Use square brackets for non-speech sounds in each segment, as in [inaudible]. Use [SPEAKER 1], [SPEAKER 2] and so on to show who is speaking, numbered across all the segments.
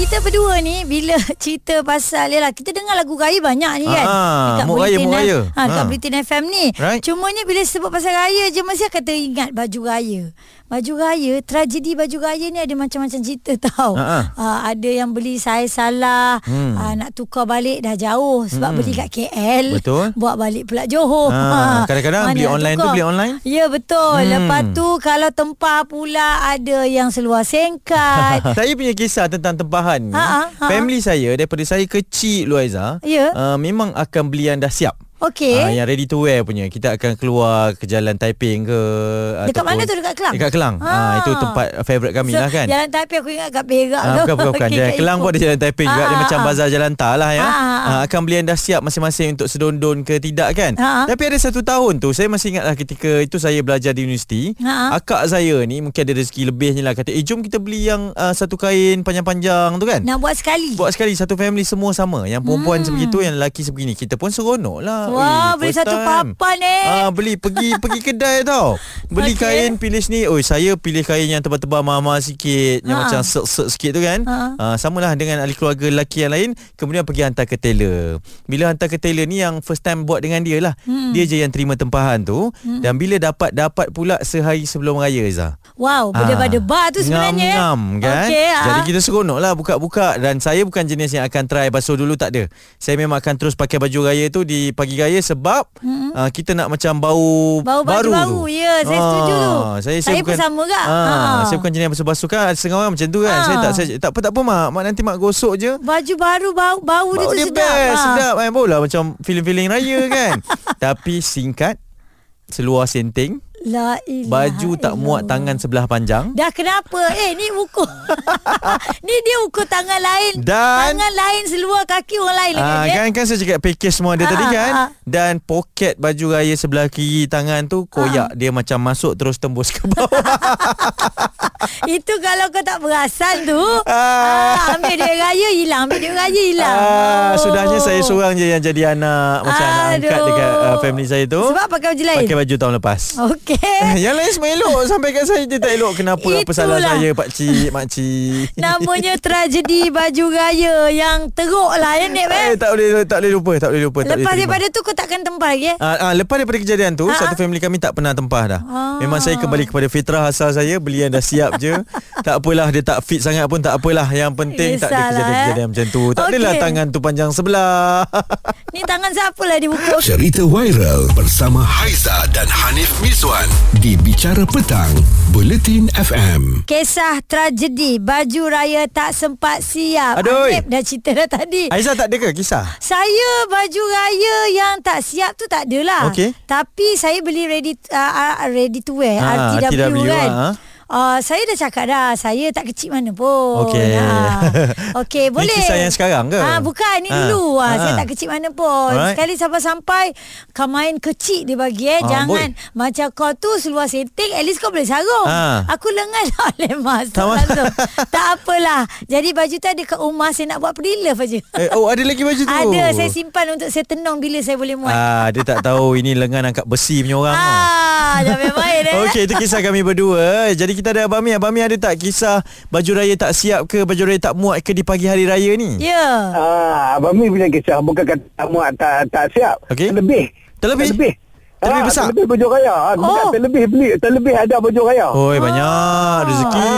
[SPEAKER 1] Kita berdua ni bila [laughs] cerita pasal yalah kita dengar lagu raya banyak ni kan.
[SPEAKER 2] Ah, mood raya,
[SPEAKER 1] Bulletin
[SPEAKER 2] mood
[SPEAKER 1] eh.
[SPEAKER 2] raya.
[SPEAKER 1] Ha kat
[SPEAKER 2] Ah.
[SPEAKER 1] Bulletin FM ni.
[SPEAKER 2] Right.
[SPEAKER 1] Cumanya bila sebut pasal raya je mesti akan teringat baju raya. Baju raya, tragedi baju raya ni ada macam-macam cerita [laughs] tau.
[SPEAKER 2] Ah, Hmm.
[SPEAKER 1] Ah, ada yang beli saya salah, ah, nak tukar balik dah jauh sebab beli kat KL.
[SPEAKER 2] Betul.
[SPEAKER 1] Buat balik pula Johor. Ah,
[SPEAKER 2] Ah, kadang-kadang
[SPEAKER 1] mana
[SPEAKER 2] beli
[SPEAKER 1] nak
[SPEAKER 2] online tu
[SPEAKER 1] tukar?
[SPEAKER 2] beli online?
[SPEAKER 1] Ya betul. Hmm. Lepas tu kalau tempah pula ada yang seluar sengkat.
[SPEAKER 2] [laughs] Saya punya kisah tentang tempahan ni.
[SPEAKER 1] Ha, ha, ha.
[SPEAKER 2] Family saya daripada saya kecil Luaiza,
[SPEAKER 1] Ya. Eh?
[SPEAKER 2] uh, memang akan belian dah siap.
[SPEAKER 1] Okey.
[SPEAKER 2] Ah, yang ready to wear punya. Kita akan keluar ke jalan Taiping ke
[SPEAKER 1] Dekat
[SPEAKER 2] ataupun-
[SPEAKER 1] mana tu? Dekat Kelang?
[SPEAKER 2] Dekat Kelang. Ah,
[SPEAKER 1] Ah.
[SPEAKER 2] itu tempat favourite kami lah kan.
[SPEAKER 1] Jalan Tapi aku ingat kat Perak tu.
[SPEAKER 2] Ah, bukan
[SPEAKER 1] [laughs]
[SPEAKER 2] bukan bukan.
[SPEAKER 1] Okey,
[SPEAKER 2] Jalan
[SPEAKER 1] kat
[SPEAKER 2] Kelang
[SPEAKER 1] Ipoh.
[SPEAKER 2] pun ada jalan Taiping juga. Dia
[SPEAKER 1] Ah,
[SPEAKER 2] macam
[SPEAKER 1] ah,
[SPEAKER 2] bazar jalan tak lah
[SPEAKER 1] Ah,
[SPEAKER 2] ya.
[SPEAKER 1] ah, ah.
[SPEAKER 2] Ah, akan belian dah siap masing-masing untuk sedondon ke tidak kan.
[SPEAKER 1] Ah, ah.
[SPEAKER 2] Tapi ada satu tahun tu saya masih ingatlah ketika itu saya belajar di universiti.
[SPEAKER 1] Ah, ah.
[SPEAKER 2] Akak saya ni mungkin ada rezeki lebihnya lah kata, "Eh jom kita beli yang ah, satu kain panjang-panjang tu kan."
[SPEAKER 1] Nak buat sekali.
[SPEAKER 2] Buat sekali satu family semua sama. Yang perempuan hmm. sebegitu, yang lelaki sebegini. Kita pun seronok lah.
[SPEAKER 1] Wah,
[SPEAKER 2] Ui,
[SPEAKER 1] beli
[SPEAKER 2] first
[SPEAKER 1] satu
[SPEAKER 2] time.
[SPEAKER 1] papan, eh.
[SPEAKER 2] Ah, beli pergi pergi kedai tau. Beli
[SPEAKER 1] Okey.
[SPEAKER 2] okay. kain pilih sini. Oi, saya pilih kain yang tebal-tebal mahal sikit, yang
[SPEAKER 1] Ha.
[SPEAKER 2] macam silk-silk sikit tu kan.
[SPEAKER 1] Ha.
[SPEAKER 2] Ah, samalah dengan ahli keluarga lelaki yang lain, kemudian pergi hantar ke tailor. Bila hantar ke tailor ni yang first time buat dengan dia lah. Hmm. Dia je yang terima tempahan tu hmm. dan bila dapat dapat pula sehari sebelum raya Izzah.
[SPEAKER 1] Wow, benda pada bar tu sebenarnya. eh.
[SPEAKER 2] Ah. Ngam-ngam kan
[SPEAKER 1] Okey,
[SPEAKER 2] okay, Jadi
[SPEAKER 1] ah.
[SPEAKER 2] kita seronok lah Buka-buka Dan saya bukan jenis yang akan try Basuh dulu tak ada Saya memang akan terus pakai baju raya tu Di pagi raya sebab mm-hmm. uh, Kita nak macam bau
[SPEAKER 1] Bau baju
[SPEAKER 2] baru
[SPEAKER 1] baru.
[SPEAKER 2] tu
[SPEAKER 1] Ya, saya setuju tu.
[SPEAKER 2] Saya, saya,
[SPEAKER 1] Saya pun
[SPEAKER 2] bukan,
[SPEAKER 1] sama juga.
[SPEAKER 2] Ah,
[SPEAKER 1] Ha.
[SPEAKER 2] Saya bukan jenis yang basuh-basuh kan Ada setengah orang macam tu kan
[SPEAKER 1] Ha.
[SPEAKER 2] Saya tak saya, tak apa, tak apa mak Mak nanti mak gosok je
[SPEAKER 1] Baju baru bau bau, dia
[SPEAKER 2] Bau
[SPEAKER 1] tu
[SPEAKER 2] dia
[SPEAKER 1] sedap.
[SPEAKER 2] best
[SPEAKER 1] ah.
[SPEAKER 2] Sedap kan Bau lah macam feeling-feeling raya
[SPEAKER 1] [laughs]
[SPEAKER 2] kan Tapi singkat Seluar senting
[SPEAKER 1] La ilaha
[SPEAKER 2] Baju tak muat
[SPEAKER 1] illallah.
[SPEAKER 2] tangan sebelah panjang
[SPEAKER 1] Dah kenapa? Eh, ni ukur. [laughs] ni dia ukur tangan lain.
[SPEAKER 2] Dan-
[SPEAKER 1] tangan lain seluar kaki orang lain lagi.
[SPEAKER 2] Ah,
[SPEAKER 1] eh.
[SPEAKER 2] kan kan saya cakap package semua ada
[SPEAKER 1] Ah,
[SPEAKER 2] tadi
[SPEAKER 1] ah,
[SPEAKER 2] kan
[SPEAKER 1] ah.
[SPEAKER 2] dan poket baju raya sebelah kiri tangan
[SPEAKER 1] Ah.
[SPEAKER 2] tu koyak dia macam masuk terus tembus ke bawah.
[SPEAKER 1] [laughs] Itu kalau kau tak perasan tu ah.
[SPEAKER 2] Ah.
[SPEAKER 1] Ambil duit raya hilang Ambil duit raya hilang Oh.
[SPEAKER 2] ah, [laughs] sudahnya saya seorang je yang jadi anak macam anak angkat
[SPEAKER 1] Aduh.
[SPEAKER 2] dekat uh, family saya tu.
[SPEAKER 1] Sebab pakai baju lain
[SPEAKER 2] Pakai baju tahun lepas. [laughs]
[SPEAKER 1] Okey
[SPEAKER 2] yang lain semua elok Sampai kat saya Dia tak elok Kenapa Apa salah
[SPEAKER 1] Itulah.
[SPEAKER 2] saya Pakcik Makcik
[SPEAKER 1] Namanya tragedi baju raya Yang teruk lah ya Nip eh
[SPEAKER 2] eh, Tak boleh Tak boleh lupa Tak boleh lupa tak boleh
[SPEAKER 1] Lepas
[SPEAKER 2] terima.
[SPEAKER 1] daripada tu kau takkan tempah lagi eh
[SPEAKER 2] Ah, ah, lepas daripada kejadian tu
[SPEAKER 1] Ah,
[SPEAKER 2] Satu family kami tak pernah tempah dah
[SPEAKER 1] Ah.
[SPEAKER 2] Memang saya kembali kepada fitrah asal saya Belian dah siap
[SPEAKER 1] [laughs]
[SPEAKER 2] je Tak apalah dia tak fit sangat pun tak apalah Yang penting tak
[SPEAKER 1] Kisahlah,
[SPEAKER 2] ada kejadian-kejadian
[SPEAKER 1] eh.
[SPEAKER 2] macam tu Tak
[SPEAKER 1] Okey.
[SPEAKER 2] adalah tangan tu panjang
[SPEAKER 1] [laughs]
[SPEAKER 2] sebelah
[SPEAKER 1] Ni tangan siapa lah dia buka
[SPEAKER 3] Cerita viral bersama Haiza dan Hanif Miswan di Bicara Petang, Bulletin FM.
[SPEAKER 1] Kisah tragedi Baju raya tak sempat siap
[SPEAKER 2] Aduh.
[SPEAKER 1] Nip dah cerita dah tadi
[SPEAKER 2] Aiza tak ada ke kisah?
[SPEAKER 1] Saya baju raya yang tak siap tu tak adalah.
[SPEAKER 2] Okey.
[SPEAKER 1] Tapi saya beli ready uh, ready to wear
[SPEAKER 2] Ah,
[SPEAKER 1] RTW,
[SPEAKER 2] RTW,
[SPEAKER 1] kan.
[SPEAKER 2] ah.
[SPEAKER 1] Uh, saya dah cakap dah Saya tak kecil mana pun
[SPEAKER 2] Okey. [laughs]
[SPEAKER 1] ha. Okey
[SPEAKER 2] Ni
[SPEAKER 1] boleh
[SPEAKER 2] kisah yang sekarang ke?
[SPEAKER 1] Ah, Bukan ni
[SPEAKER 2] Ah.
[SPEAKER 1] dulu ha. Saya
[SPEAKER 2] Ah.
[SPEAKER 1] tak kecil mana pun
[SPEAKER 2] Alright.
[SPEAKER 1] Sekali sampai-sampai Kau main kecil dia bagi eh
[SPEAKER 2] Ah,
[SPEAKER 1] Jangan Macam kau tu seluar seting At least kau boleh sarung
[SPEAKER 2] Ah.
[SPEAKER 1] Aku lengan [laughs] tak boleh mas
[SPEAKER 2] Tak mas-
[SPEAKER 1] tak apalah Jadi baju tu ada kat rumah Saya nak buat pre-love aja
[SPEAKER 2] Eh, oh ada lagi baju tu
[SPEAKER 1] ada saya simpan untuk saya tenung bila saya boleh muat.
[SPEAKER 2] Ah, dia tak tahu ini lengan angkat besi punya orang. tau.
[SPEAKER 1] Ah, dah main-main eh.
[SPEAKER 2] Okey, itu kisah kami berdua. Jadi kita ada Abang Mi. Abang Mi ada tak kisah baju raya tak siap ke, baju raya tak muat ke di pagi hari raya ni?
[SPEAKER 1] Ya.
[SPEAKER 4] Ah, Abang Mi punya kisah bukan kata tak muat tak, tak siap.
[SPEAKER 2] Okey.
[SPEAKER 4] Terlebih.
[SPEAKER 2] Terlebih?
[SPEAKER 4] Terlebih.
[SPEAKER 2] Terlebih
[SPEAKER 4] Ah,
[SPEAKER 2] besar?
[SPEAKER 4] Terlebih baju raya. Ah, Bukan
[SPEAKER 1] Oh.
[SPEAKER 4] terlebih beli. Terlebih ada baju raya.
[SPEAKER 2] Oi, banyak rezeki.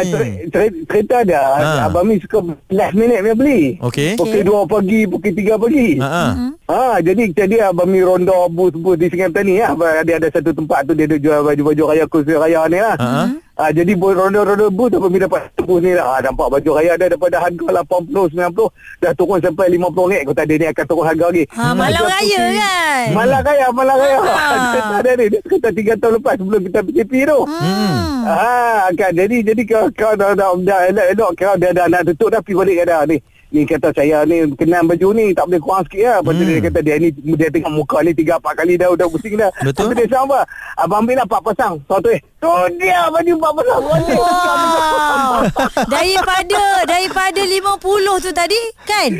[SPEAKER 4] Ah, cer- cer- cerita ada.
[SPEAKER 2] Ah.
[SPEAKER 4] Abang Mi suka last minute dia beli.
[SPEAKER 2] Okey.
[SPEAKER 4] Pukul
[SPEAKER 1] Okey.
[SPEAKER 4] 2 pagi, pukul 3 pagi.
[SPEAKER 2] Ha ah.
[SPEAKER 1] Mm-hmm.
[SPEAKER 4] Ah, jadi jadi Abang Mi ronda bus-bus di Sungai Petani lah. Abang- Dia ada satu tempat tu dia ada jual baju-baju raya kursi raya ni lah.
[SPEAKER 2] Ha-ha.
[SPEAKER 4] Ah, jadi bu- ronda-ronda bus Abang Mi dapat satu bus ni lah. Ah, nampak baju raya dah daripada harga 80 90 dah turun sampai 50 ringgit. Kau tak ada ni akan turun harga lagi.
[SPEAKER 1] Ha, malam
[SPEAKER 4] Macam
[SPEAKER 1] raya
[SPEAKER 4] putih.
[SPEAKER 1] kan.
[SPEAKER 4] Malang raya, malang raya.
[SPEAKER 1] Ah.
[SPEAKER 4] [laughs] Dia tak ada ni. Dia kata 3 tahun lepas sebelum kita PKP tu.
[SPEAKER 1] Hmm.
[SPEAKER 4] Ah, kan. Jadi jadi kau kau dah dah dah elok elok kau dah dah nak tutup dah pergi balik dah ni. Ni kata saya ni kenan baju ni tak boleh kurang sikit lah. Lepas tu
[SPEAKER 2] Hmm.
[SPEAKER 4] dia kata dia ni dia tengok muka ni tiga empat kali dah dah pusing dah.
[SPEAKER 2] Betul.
[SPEAKER 4] Lepas tu dia sama. Abang ambil lah empat pasang. Tahu tu eh. Tu dia baju empat pasang. Wow.
[SPEAKER 1] Wow. Daripada daripada 50 tu tadi kan?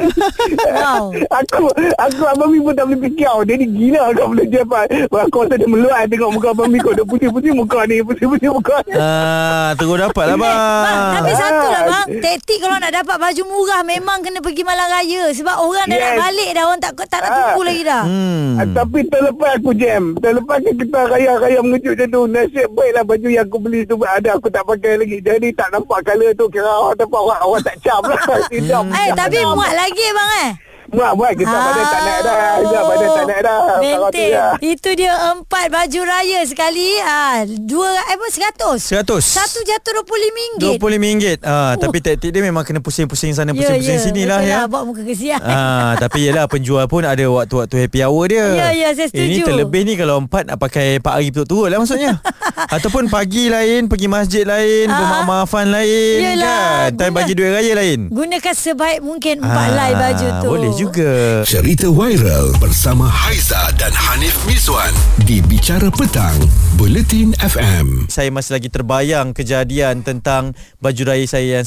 [SPEAKER 1] Wow.
[SPEAKER 4] [laughs] Aku Aku Abang Mi pun tak boleh fikir tau. Dia ni gila Kau boleh jabat Aku rasa dia meluat Tengok muka Abang Mi Kau dia putih-putih muka ni Putih-putih muka ni
[SPEAKER 2] Ah, terus dapat lah bang.
[SPEAKER 1] Bang, tapi satu lah
[SPEAKER 4] Ah.
[SPEAKER 1] bang Taktik kalau nak dapat baju murah Memang kena pergi malam raya Sebab orang dah
[SPEAKER 4] Yes.
[SPEAKER 1] nak balik dah Orang tak, tak nak
[SPEAKER 4] Ah.
[SPEAKER 1] tunggu lagi dah
[SPEAKER 2] Hmm.
[SPEAKER 4] Hmm. Tapi terlepas aku jam Terlepas ke kita raya-raya mengejut macam tu Nasib baiklah baju yang aku beli tu Ada aku tak pakai lagi Jadi tak nampak colour tu Kira orang nampak orang, orang tak cam
[SPEAKER 2] [laughs]
[SPEAKER 4] lah Hijab
[SPEAKER 2] Hmm.
[SPEAKER 1] Eh tapi muat lagi bang eh
[SPEAKER 4] Muat muat Kita ah. badan tak naik dah Hijab badan tak naik dah Sarah tu ya.
[SPEAKER 1] Bentik
[SPEAKER 4] dah.
[SPEAKER 1] Itu dia empat baju raya sekali ah, Dua eh, apa seratus
[SPEAKER 2] Seratus.
[SPEAKER 1] Satu jatuh RM25
[SPEAKER 2] RM25 ah, Tapi taktik dia memang kena pusing-pusing sana Pusing-pusing sini
[SPEAKER 1] Ya,
[SPEAKER 2] lah
[SPEAKER 1] betul
[SPEAKER 2] ya
[SPEAKER 1] Buat muka kesian
[SPEAKER 2] Ah, tapi yelah penjual pun ada waktu-waktu happy hour dia.
[SPEAKER 1] Ya, ya, saya setuju.
[SPEAKER 2] Ini terlebih ni kalau empat nak pakai empat hari berturut-turut lah
[SPEAKER 1] [laughs]
[SPEAKER 2] maksudnya. Ataupun pagi lain, pergi masjid lain,
[SPEAKER 1] Ah.
[SPEAKER 2] bermaaf-maafan lain
[SPEAKER 1] Yelah,
[SPEAKER 2] kan. Time
[SPEAKER 1] guna-
[SPEAKER 2] bagi duit raya lain.
[SPEAKER 1] Gunakan sebaik mungkin Empat lai baju tu
[SPEAKER 2] Ah, Boleh juga.
[SPEAKER 3] Cerita viral bersama Haiza dan Hanif Miswan di Bicara Petang, Buletin FM.
[SPEAKER 2] saya masih lagi terbayang kejadian tentang baju raya saya yang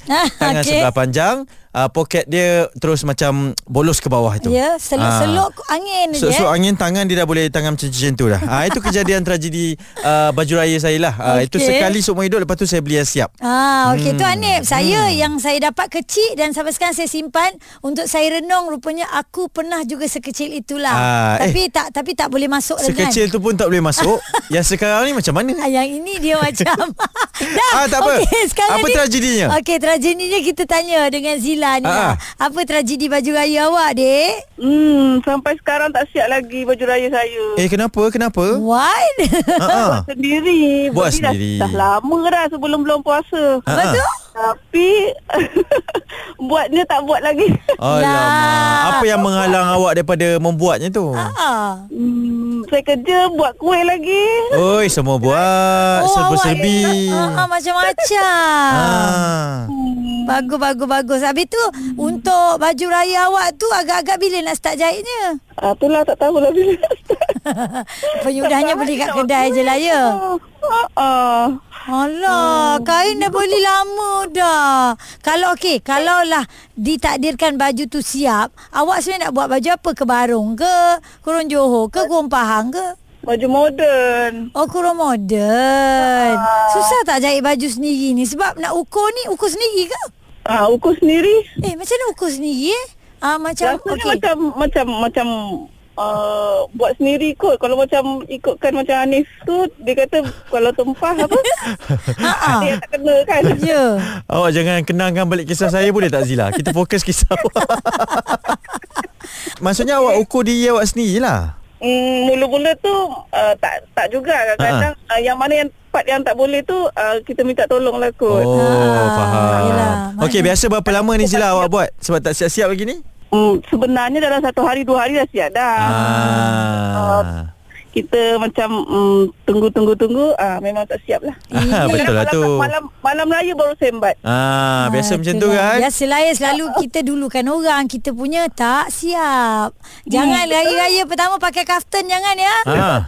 [SPEAKER 1] [laughs] Ah,
[SPEAKER 2] tangan
[SPEAKER 1] okey.
[SPEAKER 2] sebelah panjang uh, poket dia terus macam bolos ke bawah itu
[SPEAKER 1] Ya Selok-selok
[SPEAKER 2] Ah.
[SPEAKER 1] angin je
[SPEAKER 2] Seluk-seluk angin tangan dia dah boleh tangan macam macam
[SPEAKER 1] [laughs]
[SPEAKER 2] tu dah. Ah itu kejadian tragedi uh, baju raya saya lah. Ah itu
[SPEAKER 1] Okey.
[SPEAKER 2] sekali seumur hidup lepas tu saya beli yang siap.
[SPEAKER 1] Ah, okey tu
[SPEAKER 2] Hmm.
[SPEAKER 1] Anip. Saya yang saya dapat kecil dan sampai sekarang saya simpan untuk saya renung rupanya aku pernah juga sekecil itulah.
[SPEAKER 2] Ah,
[SPEAKER 1] tapi tak tapi tak boleh masuk lengan.
[SPEAKER 2] Sekecil tu pun tak boleh
[SPEAKER 1] [laughs]
[SPEAKER 2] masuk. yang sekarang ni macam mana?
[SPEAKER 1] Ah, yang ini dia [laughs] macam Dah
[SPEAKER 2] Ah, tak apa.
[SPEAKER 1] Okey, sekarang
[SPEAKER 2] Apa
[SPEAKER 1] ni,
[SPEAKER 2] tragedinya?
[SPEAKER 1] Okey tragedinya kita tanya Dengan Zila ni
[SPEAKER 2] Ah, ah.
[SPEAKER 1] ah. Apa tragedi baju raya awak dek?
[SPEAKER 5] Hmm, sampai sekarang tak siap lagi baju raya saya.
[SPEAKER 2] Eh kenapa? Kenapa?
[SPEAKER 1] What? [laughs]
[SPEAKER 2] Ha ah.
[SPEAKER 5] Sendiri. Beli
[SPEAKER 2] Buat
[SPEAKER 5] dah-
[SPEAKER 2] sendiri.
[SPEAKER 5] Dah, lama dah sebelum belum puasa.
[SPEAKER 2] Ha,
[SPEAKER 1] Lepas
[SPEAKER 2] ha.
[SPEAKER 1] tu?
[SPEAKER 5] Tapi [laughs] buatnya tak buat lagi.
[SPEAKER 2] Alamak.
[SPEAKER 1] Lah.
[SPEAKER 2] Apa yang menghalang awak daripada membuatnya tu?
[SPEAKER 1] Ah.
[SPEAKER 5] Hmm, saya kerja buat kuih lagi.
[SPEAKER 2] Oi, semua
[SPEAKER 1] Oh,
[SPEAKER 2] buat
[SPEAKER 1] awak
[SPEAKER 2] serba-serbi.
[SPEAKER 1] ni, ah, ah, Macam-macam
[SPEAKER 2] Ah.
[SPEAKER 1] Bagus, bagus, bagus. Habis tu, untuk baju raya awak tu agak-agak bila nak start jahitnya?
[SPEAKER 5] Ah, itulah tak tahulah bila.
[SPEAKER 1] [laughs] Penyudahnya
[SPEAKER 5] Tak
[SPEAKER 1] beli kat
[SPEAKER 5] tahu.
[SPEAKER 1] kedai je lah ya.
[SPEAKER 5] Ah, ah.
[SPEAKER 1] Alah, kain dah beli lama dah. Kalau okey, kalau lah ditakdirkan baju tu siap, awak sebenarnya nak buat baju apa? Ke Barong ke? Kurun Johor ke? Kurun Pahang ke?
[SPEAKER 5] Baju moden.
[SPEAKER 1] Oh, kurun moden. Susah tak jahit baju sendiri ni? Sebab nak ukur ni, ukur sendiri ke?
[SPEAKER 5] Ah, ukur sendiri.
[SPEAKER 1] Eh, macam mana ukur sendiri eh? Ah, macam,
[SPEAKER 5] Rasanya
[SPEAKER 1] okey.
[SPEAKER 5] macam macam macam uh, buat sendiri kot. Kalau macam ikutkan macam Hanif tu, dia kata kalau tempah
[SPEAKER 1] [laughs]
[SPEAKER 5] apa,
[SPEAKER 4] [laughs]
[SPEAKER 1] Ha-ha.
[SPEAKER 5] dia tak kena kan.
[SPEAKER 1] Ah. [laughs] Ya. Yeah.
[SPEAKER 2] Awak jangan kenangkan balik kisah saya boleh tak Zila? Kita fokus
[SPEAKER 1] [laughs]
[SPEAKER 2] kisah awak. Maksudnya awak ukur diri awak lah. sendirilah.
[SPEAKER 5] Mm, mula-mula tu uh, tak tak juga kadang-kadang uh, yang mana yang part yang tak boleh tu uh, kita minta tolong lah kot.
[SPEAKER 2] Oh,
[SPEAKER 1] Ah, yelah,
[SPEAKER 2] faham. Okey,
[SPEAKER 1] maknanya-
[SPEAKER 2] biasa berapa lama ni Zila awak buat? Sebab tak siap-siap lagi ni?
[SPEAKER 5] Mm, sebenarnya dalam satu hari dua hari dah siap dah.
[SPEAKER 1] Ah.
[SPEAKER 2] Ah.
[SPEAKER 5] Kita macam mm, tunggu-tunggu-tunggu ah memang tak siap lah.
[SPEAKER 2] Ah, [laughs] betul lah
[SPEAKER 5] malam,
[SPEAKER 2] tu.
[SPEAKER 5] Malam malam raya baru sembat.
[SPEAKER 2] Ah, biasa macam tu
[SPEAKER 1] itulah.
[SPEAKER 2] kan?
[SPEAKER 1] Biasalah ya selalu kita dulukan orang Kita punya tak siap Jangan raya-raya pertama pakai kaftan Jangan ya
[SPEAKER 2] Ah.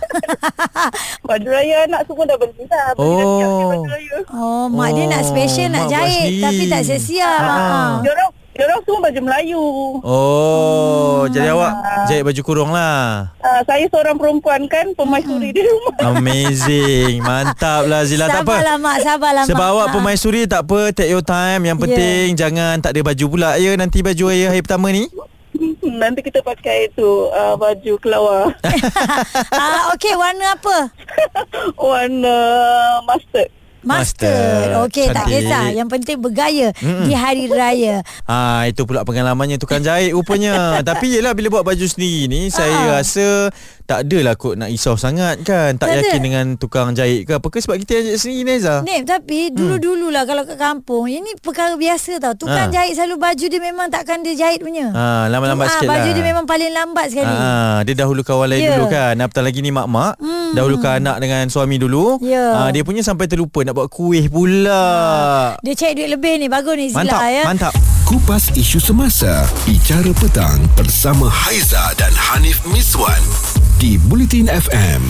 [SPEAKER 5] Baju raya anak semua dah beli dah. Beli dah siap ni
[SPEAKER 2] Oh.
[SPEAKER 5] baju raya.
[SPEAKER 1] Oh, mak dia nak special
[SPEAKER 2] Oh,
[SPEAKER 1] nak
[SPEAKER 2] mak buat
[SPEAKER 1] jahit
[SPEAKER 2] sendiri.
[SPEAKER 1] Tapi tak siap-siap
[SPEAKER 2] Ah.
[SPEAKER 1] ah.
[SPEAKER 5] Diorang, diorang semua baju Melayu.
[SPEAKER 2] Oh,
[SPEAKER 1] Hmm.
[SPEAKER 2] jadi awak
[SPEAKER 1] Ah.
[SPEAKER 2] jahit baju kurung lah.
[SPEAKER 5] Uh, saya seorang perempuan kan,
[SPEAKER 2] Hmm.
[SPEAKER 5] pemaisuri di rumah. [laughs]
[SPEAKER 2] Amazing. Mantap lah Zila. Tak apa.
[SPEAKER 1] Sabarlah mak, sabarlah
[SPEAKER 2] Sebab
[SPEAKER 1] mak
[SPEAKER 2] awak
[SPEAKER 1] Ah.
[SPEAKER 2] pemaisuri tak apa Take your time Yang
[SPEAKER 1] Yeah.
[SPEAKER 2] penting Jangan tak ada baju pula ya Nanti baju raya hari pertama ni
[SPEAKER 5] Nanti kita pakai tu uh, baju kelawar
[SPEAKER 1] [laughs]
[SPEAKER 2] [laughs]
[SPEAKER 1] ah, Okey, warna apa?
[SPEAKER 5] warna mustard.
[SPEAKER 2] Mustard.
[SPEAKER 1] Master Okey, tak
[SPEAKER 2] Cantik.
[SPEAKER 1] kisah Yang penting bergaya Di hari
[SPEAKER 2] [laughs]
[SPEAKER 1] raya
[SPEAKER 2] Ah Itu pula pengalamannya
[SPEAKER 1] [laughs]
[SPEAKER 2] Tukang jahit rupanya Tapi yelah Bila buat baju sendiri ni
[SPEAKER 1] Ah.
[SPEAKER 2] Saya rasa Tak adalah kot Nak risau sangat kan Tak,
[SPEAKER 1] Tak ada.
[SPEAKER 2] yakin dengan Tukang jahit ke apa ke Sebab kita yang jahit sendiri Neza
[SPEAKER 1] Nip,
[SPEAKER 2] Mm.
[SPEAKER 1] tapi dulu-dululah kalau kat kampung Ini perkara biasa tau Tukang
[SPEAKER 2] Ah.
[SPEAKER 1] jahit selalu baju dia memang takkan dia jahit punya
[SPEAKER 2] Ah, Lambat-lambat
[SPEAKER 1] Ah,
[SPEAKER 2] sikit lah
[SPEAKER 1] Baju dia memang paling lambat sekali.
[SPEAKER 2] Ah, dia dahulukan orang lain
[SPEAKER 1] Ya.
[SPEAKER 2] yeah. dulu kan. Apatah lagi ni mak-mak,
[SPEAKER 1] Hmm.
[SPEAKER 2] hmm. dahulukan anak dengan suami dulu.
[SPEAKER 1] Ya.
[SPEAKER 2] Ah, dia punya sampai terlupa nak buat kuih pula.
[SPEAKER 1] Dia cari duit lebih ni. Bagus ni Zila
[SPEAKER 2] mantap,
[SPEAKER 1] ya.
[SPEAKER 2] mantap.
[SPEAKER 3] Kupas isu semasa Bicara petang Bersama Haiza dan Hanif Miswan Di Bulletin FM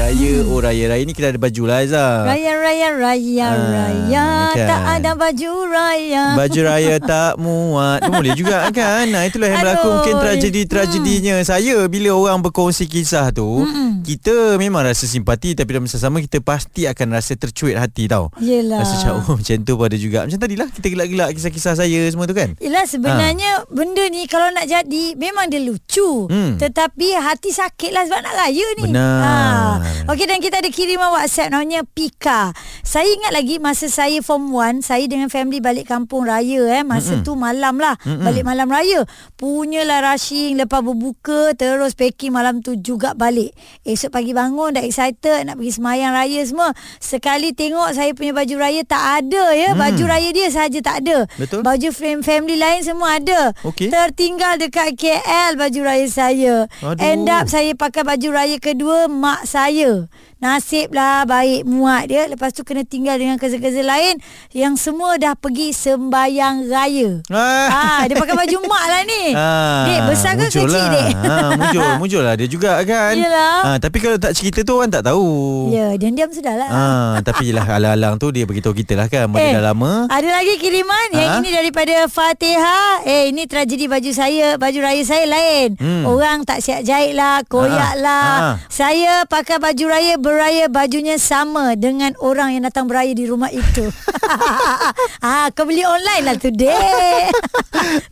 [SPEAKER 2] Raya oh raya raya ni kita ada baju lah Aizah.
[SPEAKER 1] Hmm. Raya raya raya
[SPEAKER 2] Ah,
[SPEAKER 1] raya
[SPEAKER 2] kan.
[SPEAKER 1] tak ada baju raya.
[SPEAKER 2] Baju raya tak muat Tu Boleh
[SPEAKER 1] [laughs]
[SPEAKER 2] juga kan nah, Itulah yang berlaku
[SPEAKER 1] Aduh. Hmm.
[SPEAKER 2] Mungkin tragedi-tragedinya Saya bila orang berkongsi kisah tu
[SPEAKER 1] Mm-mm.
[SPEAKER 2] Kita memang rasa simpati Tapi dalam masa sama Kita pasti akan rasa tercuit hati tau
[SPEAKER 1] Yelah.
[SPEAKER 2] Rasa macam oh, macam tu pun ada juga Macam tadilah Kita gelak-gelak kisah-kisah saya semua tu kan
[SPEAKER 1] Yelah sebenarnya ha. benda ni kalau nak jadi memang dia lucu. Hmm.
[SPEAKER 2] Hmm.
[SPEAKER 1] Tetapi hati sakit lah sebab nak raya ni. Ha.
[SPEAKER 2] Benar.
[SPEAKER 1] Okey dan kita ada kiriman WhatsApp namanya Pika. Saya ingat lagi masa saya form 1, saya dengan family balik kampung raya eh. Masa Mm-mm. tu malam lah. Mm-mm. Balik malam raya. Punyalah rushing lepas berbuka terus packing malam tu juga balik. Esok pagi bangun dah excited nak pergi semayang raya semua. Sekali tengok saya punya baju raya tak ada ya. Baju raya dia saja tak ada.
[SPEAKER 2] Betul.
[SPEAKER 1] Baju frame family lain semua ada.
[SPEAKER 2] Okey.
[SPEAKER 1] Tertinggal dekat KL baju raya saya.
[SPEAKER 2] Aduh.
[SPEAKER 1] End up saya pakai baju raya kedua mak saya. Nasiblah baik muat dia. Lepas tu kena tinggal dengan keza-keza lain yang semua dah pergi sembayang
[SPEAKER 2] [laughs]
[SPEAKER 1] raya.
[SPEAKER 2] Ah.
[SPEAKER 1] ah, dia pakai baju mak lah ni.
[SPEAKER 2] Ah,
[SPEAKER 1] dek, besar ke
[SPEAKER 2] muncul
[SPEAKER 1] kecil
[SPEAKER 2] lah.
[SPEAKER 1] dek?
[SPEAKER 2] Ah, muncul, muncul lah dia juga kan.
[SPEAKER 1] Yelah.
[SPEAKER 2] Ah, tapi kalau tak cerita tu orang tak tahu.
[SPEAKER 1] [laughs] Ya, diam-diam sudah lah.
[SPEAKER 2] Ah, tapi yelah alang-alang tu dia beritahu kita lah
[SPEAKER 1] Eh,
[SPEAKER 2] kan. Mana dah lama.
[SPEAKER 1] Ada lagi kiriman ha? Yang
[SPEAKER 2] Ha?
[SPEAKER 1] ini daripada Fatihah Eh ini tragedi baju saya Baju raya saya lain hmm.
[SPEAKER 2] Hmm.
[SPEAKER 1] Orang tak siap jahit lah Koyak
[SPEAKER 2] Ha,
[SPEAKER 1] lah
[SPEAKER 2] ha.
[SPEAKER 1] Saya pakai baju raya Beraya bajunya sama Dengan orang yang datang beraya Di rumah itu [laughs] ah, Kau beli online lah
[SPEAKER 2] [laughs]
[SPEAKER 1] today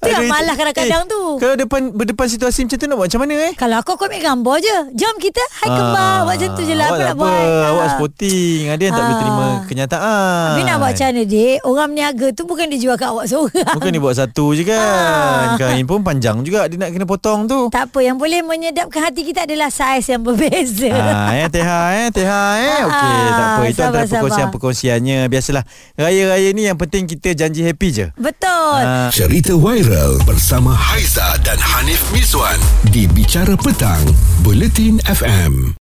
[SPEAKER 1] Tu yang
[SPEAKER 2] Aduh,
[SPEAKER 1] malah kadang-kadang
[SPEAKER 2] eh,
[SPEAKER 1] tu
[SPEAKER 2] Kalau depan berdepan situasi macam tu nak buat macam mana eh?
[SPEAKER 1] Kalau aku aku ambil gambar je Jom kita Hai kembar Buat macam tu je lah Aku nak
[SPEAKER 2] Ah, awak tak apa.
[SPEAKER 1] buat
[SPEAKER 2] Awak
[SPEAKER 1] Ah.
[SPEAKER 2] sporting Ada yang tak boleh
[SPEAKER 1] Ah.
[SPEAKER 2] terima kenyataan
[SPEAKER 1] Tapi nak buat macam mana dek Orang meniaga tu Bukan dia jual kat awak seorang
[SPEAKER 2] Bukan dia buat satu je kan
[SPEAKER 1] Ah.
[SPEAKER 2] Kain pun panjang juga Dia nak kena potong tu
[SPEAKER 1] Tak apa Yang boleh menyedapkan hati kita Adalah saiz yang berbeza
[SPEAKER 2] Ah, eh, Teha eh, Teha eh. Okey, tak apa. Itu
[SPEAKER 1] Ah, Sabar,
[SPEAKER 2] antara
[SPEAKER 1] sabar.
[SPEAKER 2] perkongsian-perkongsiannya. Biasalah. Raya-raya ni yang penting kita janji happy je.
[SPEAKER 1] [laughs] Betul
[SPEAKER 2] Ah.
[SPEAKER 3] Cerita viral Bersama Haiza dan Hanif Miswan Di Bicara Petang Bulletin FM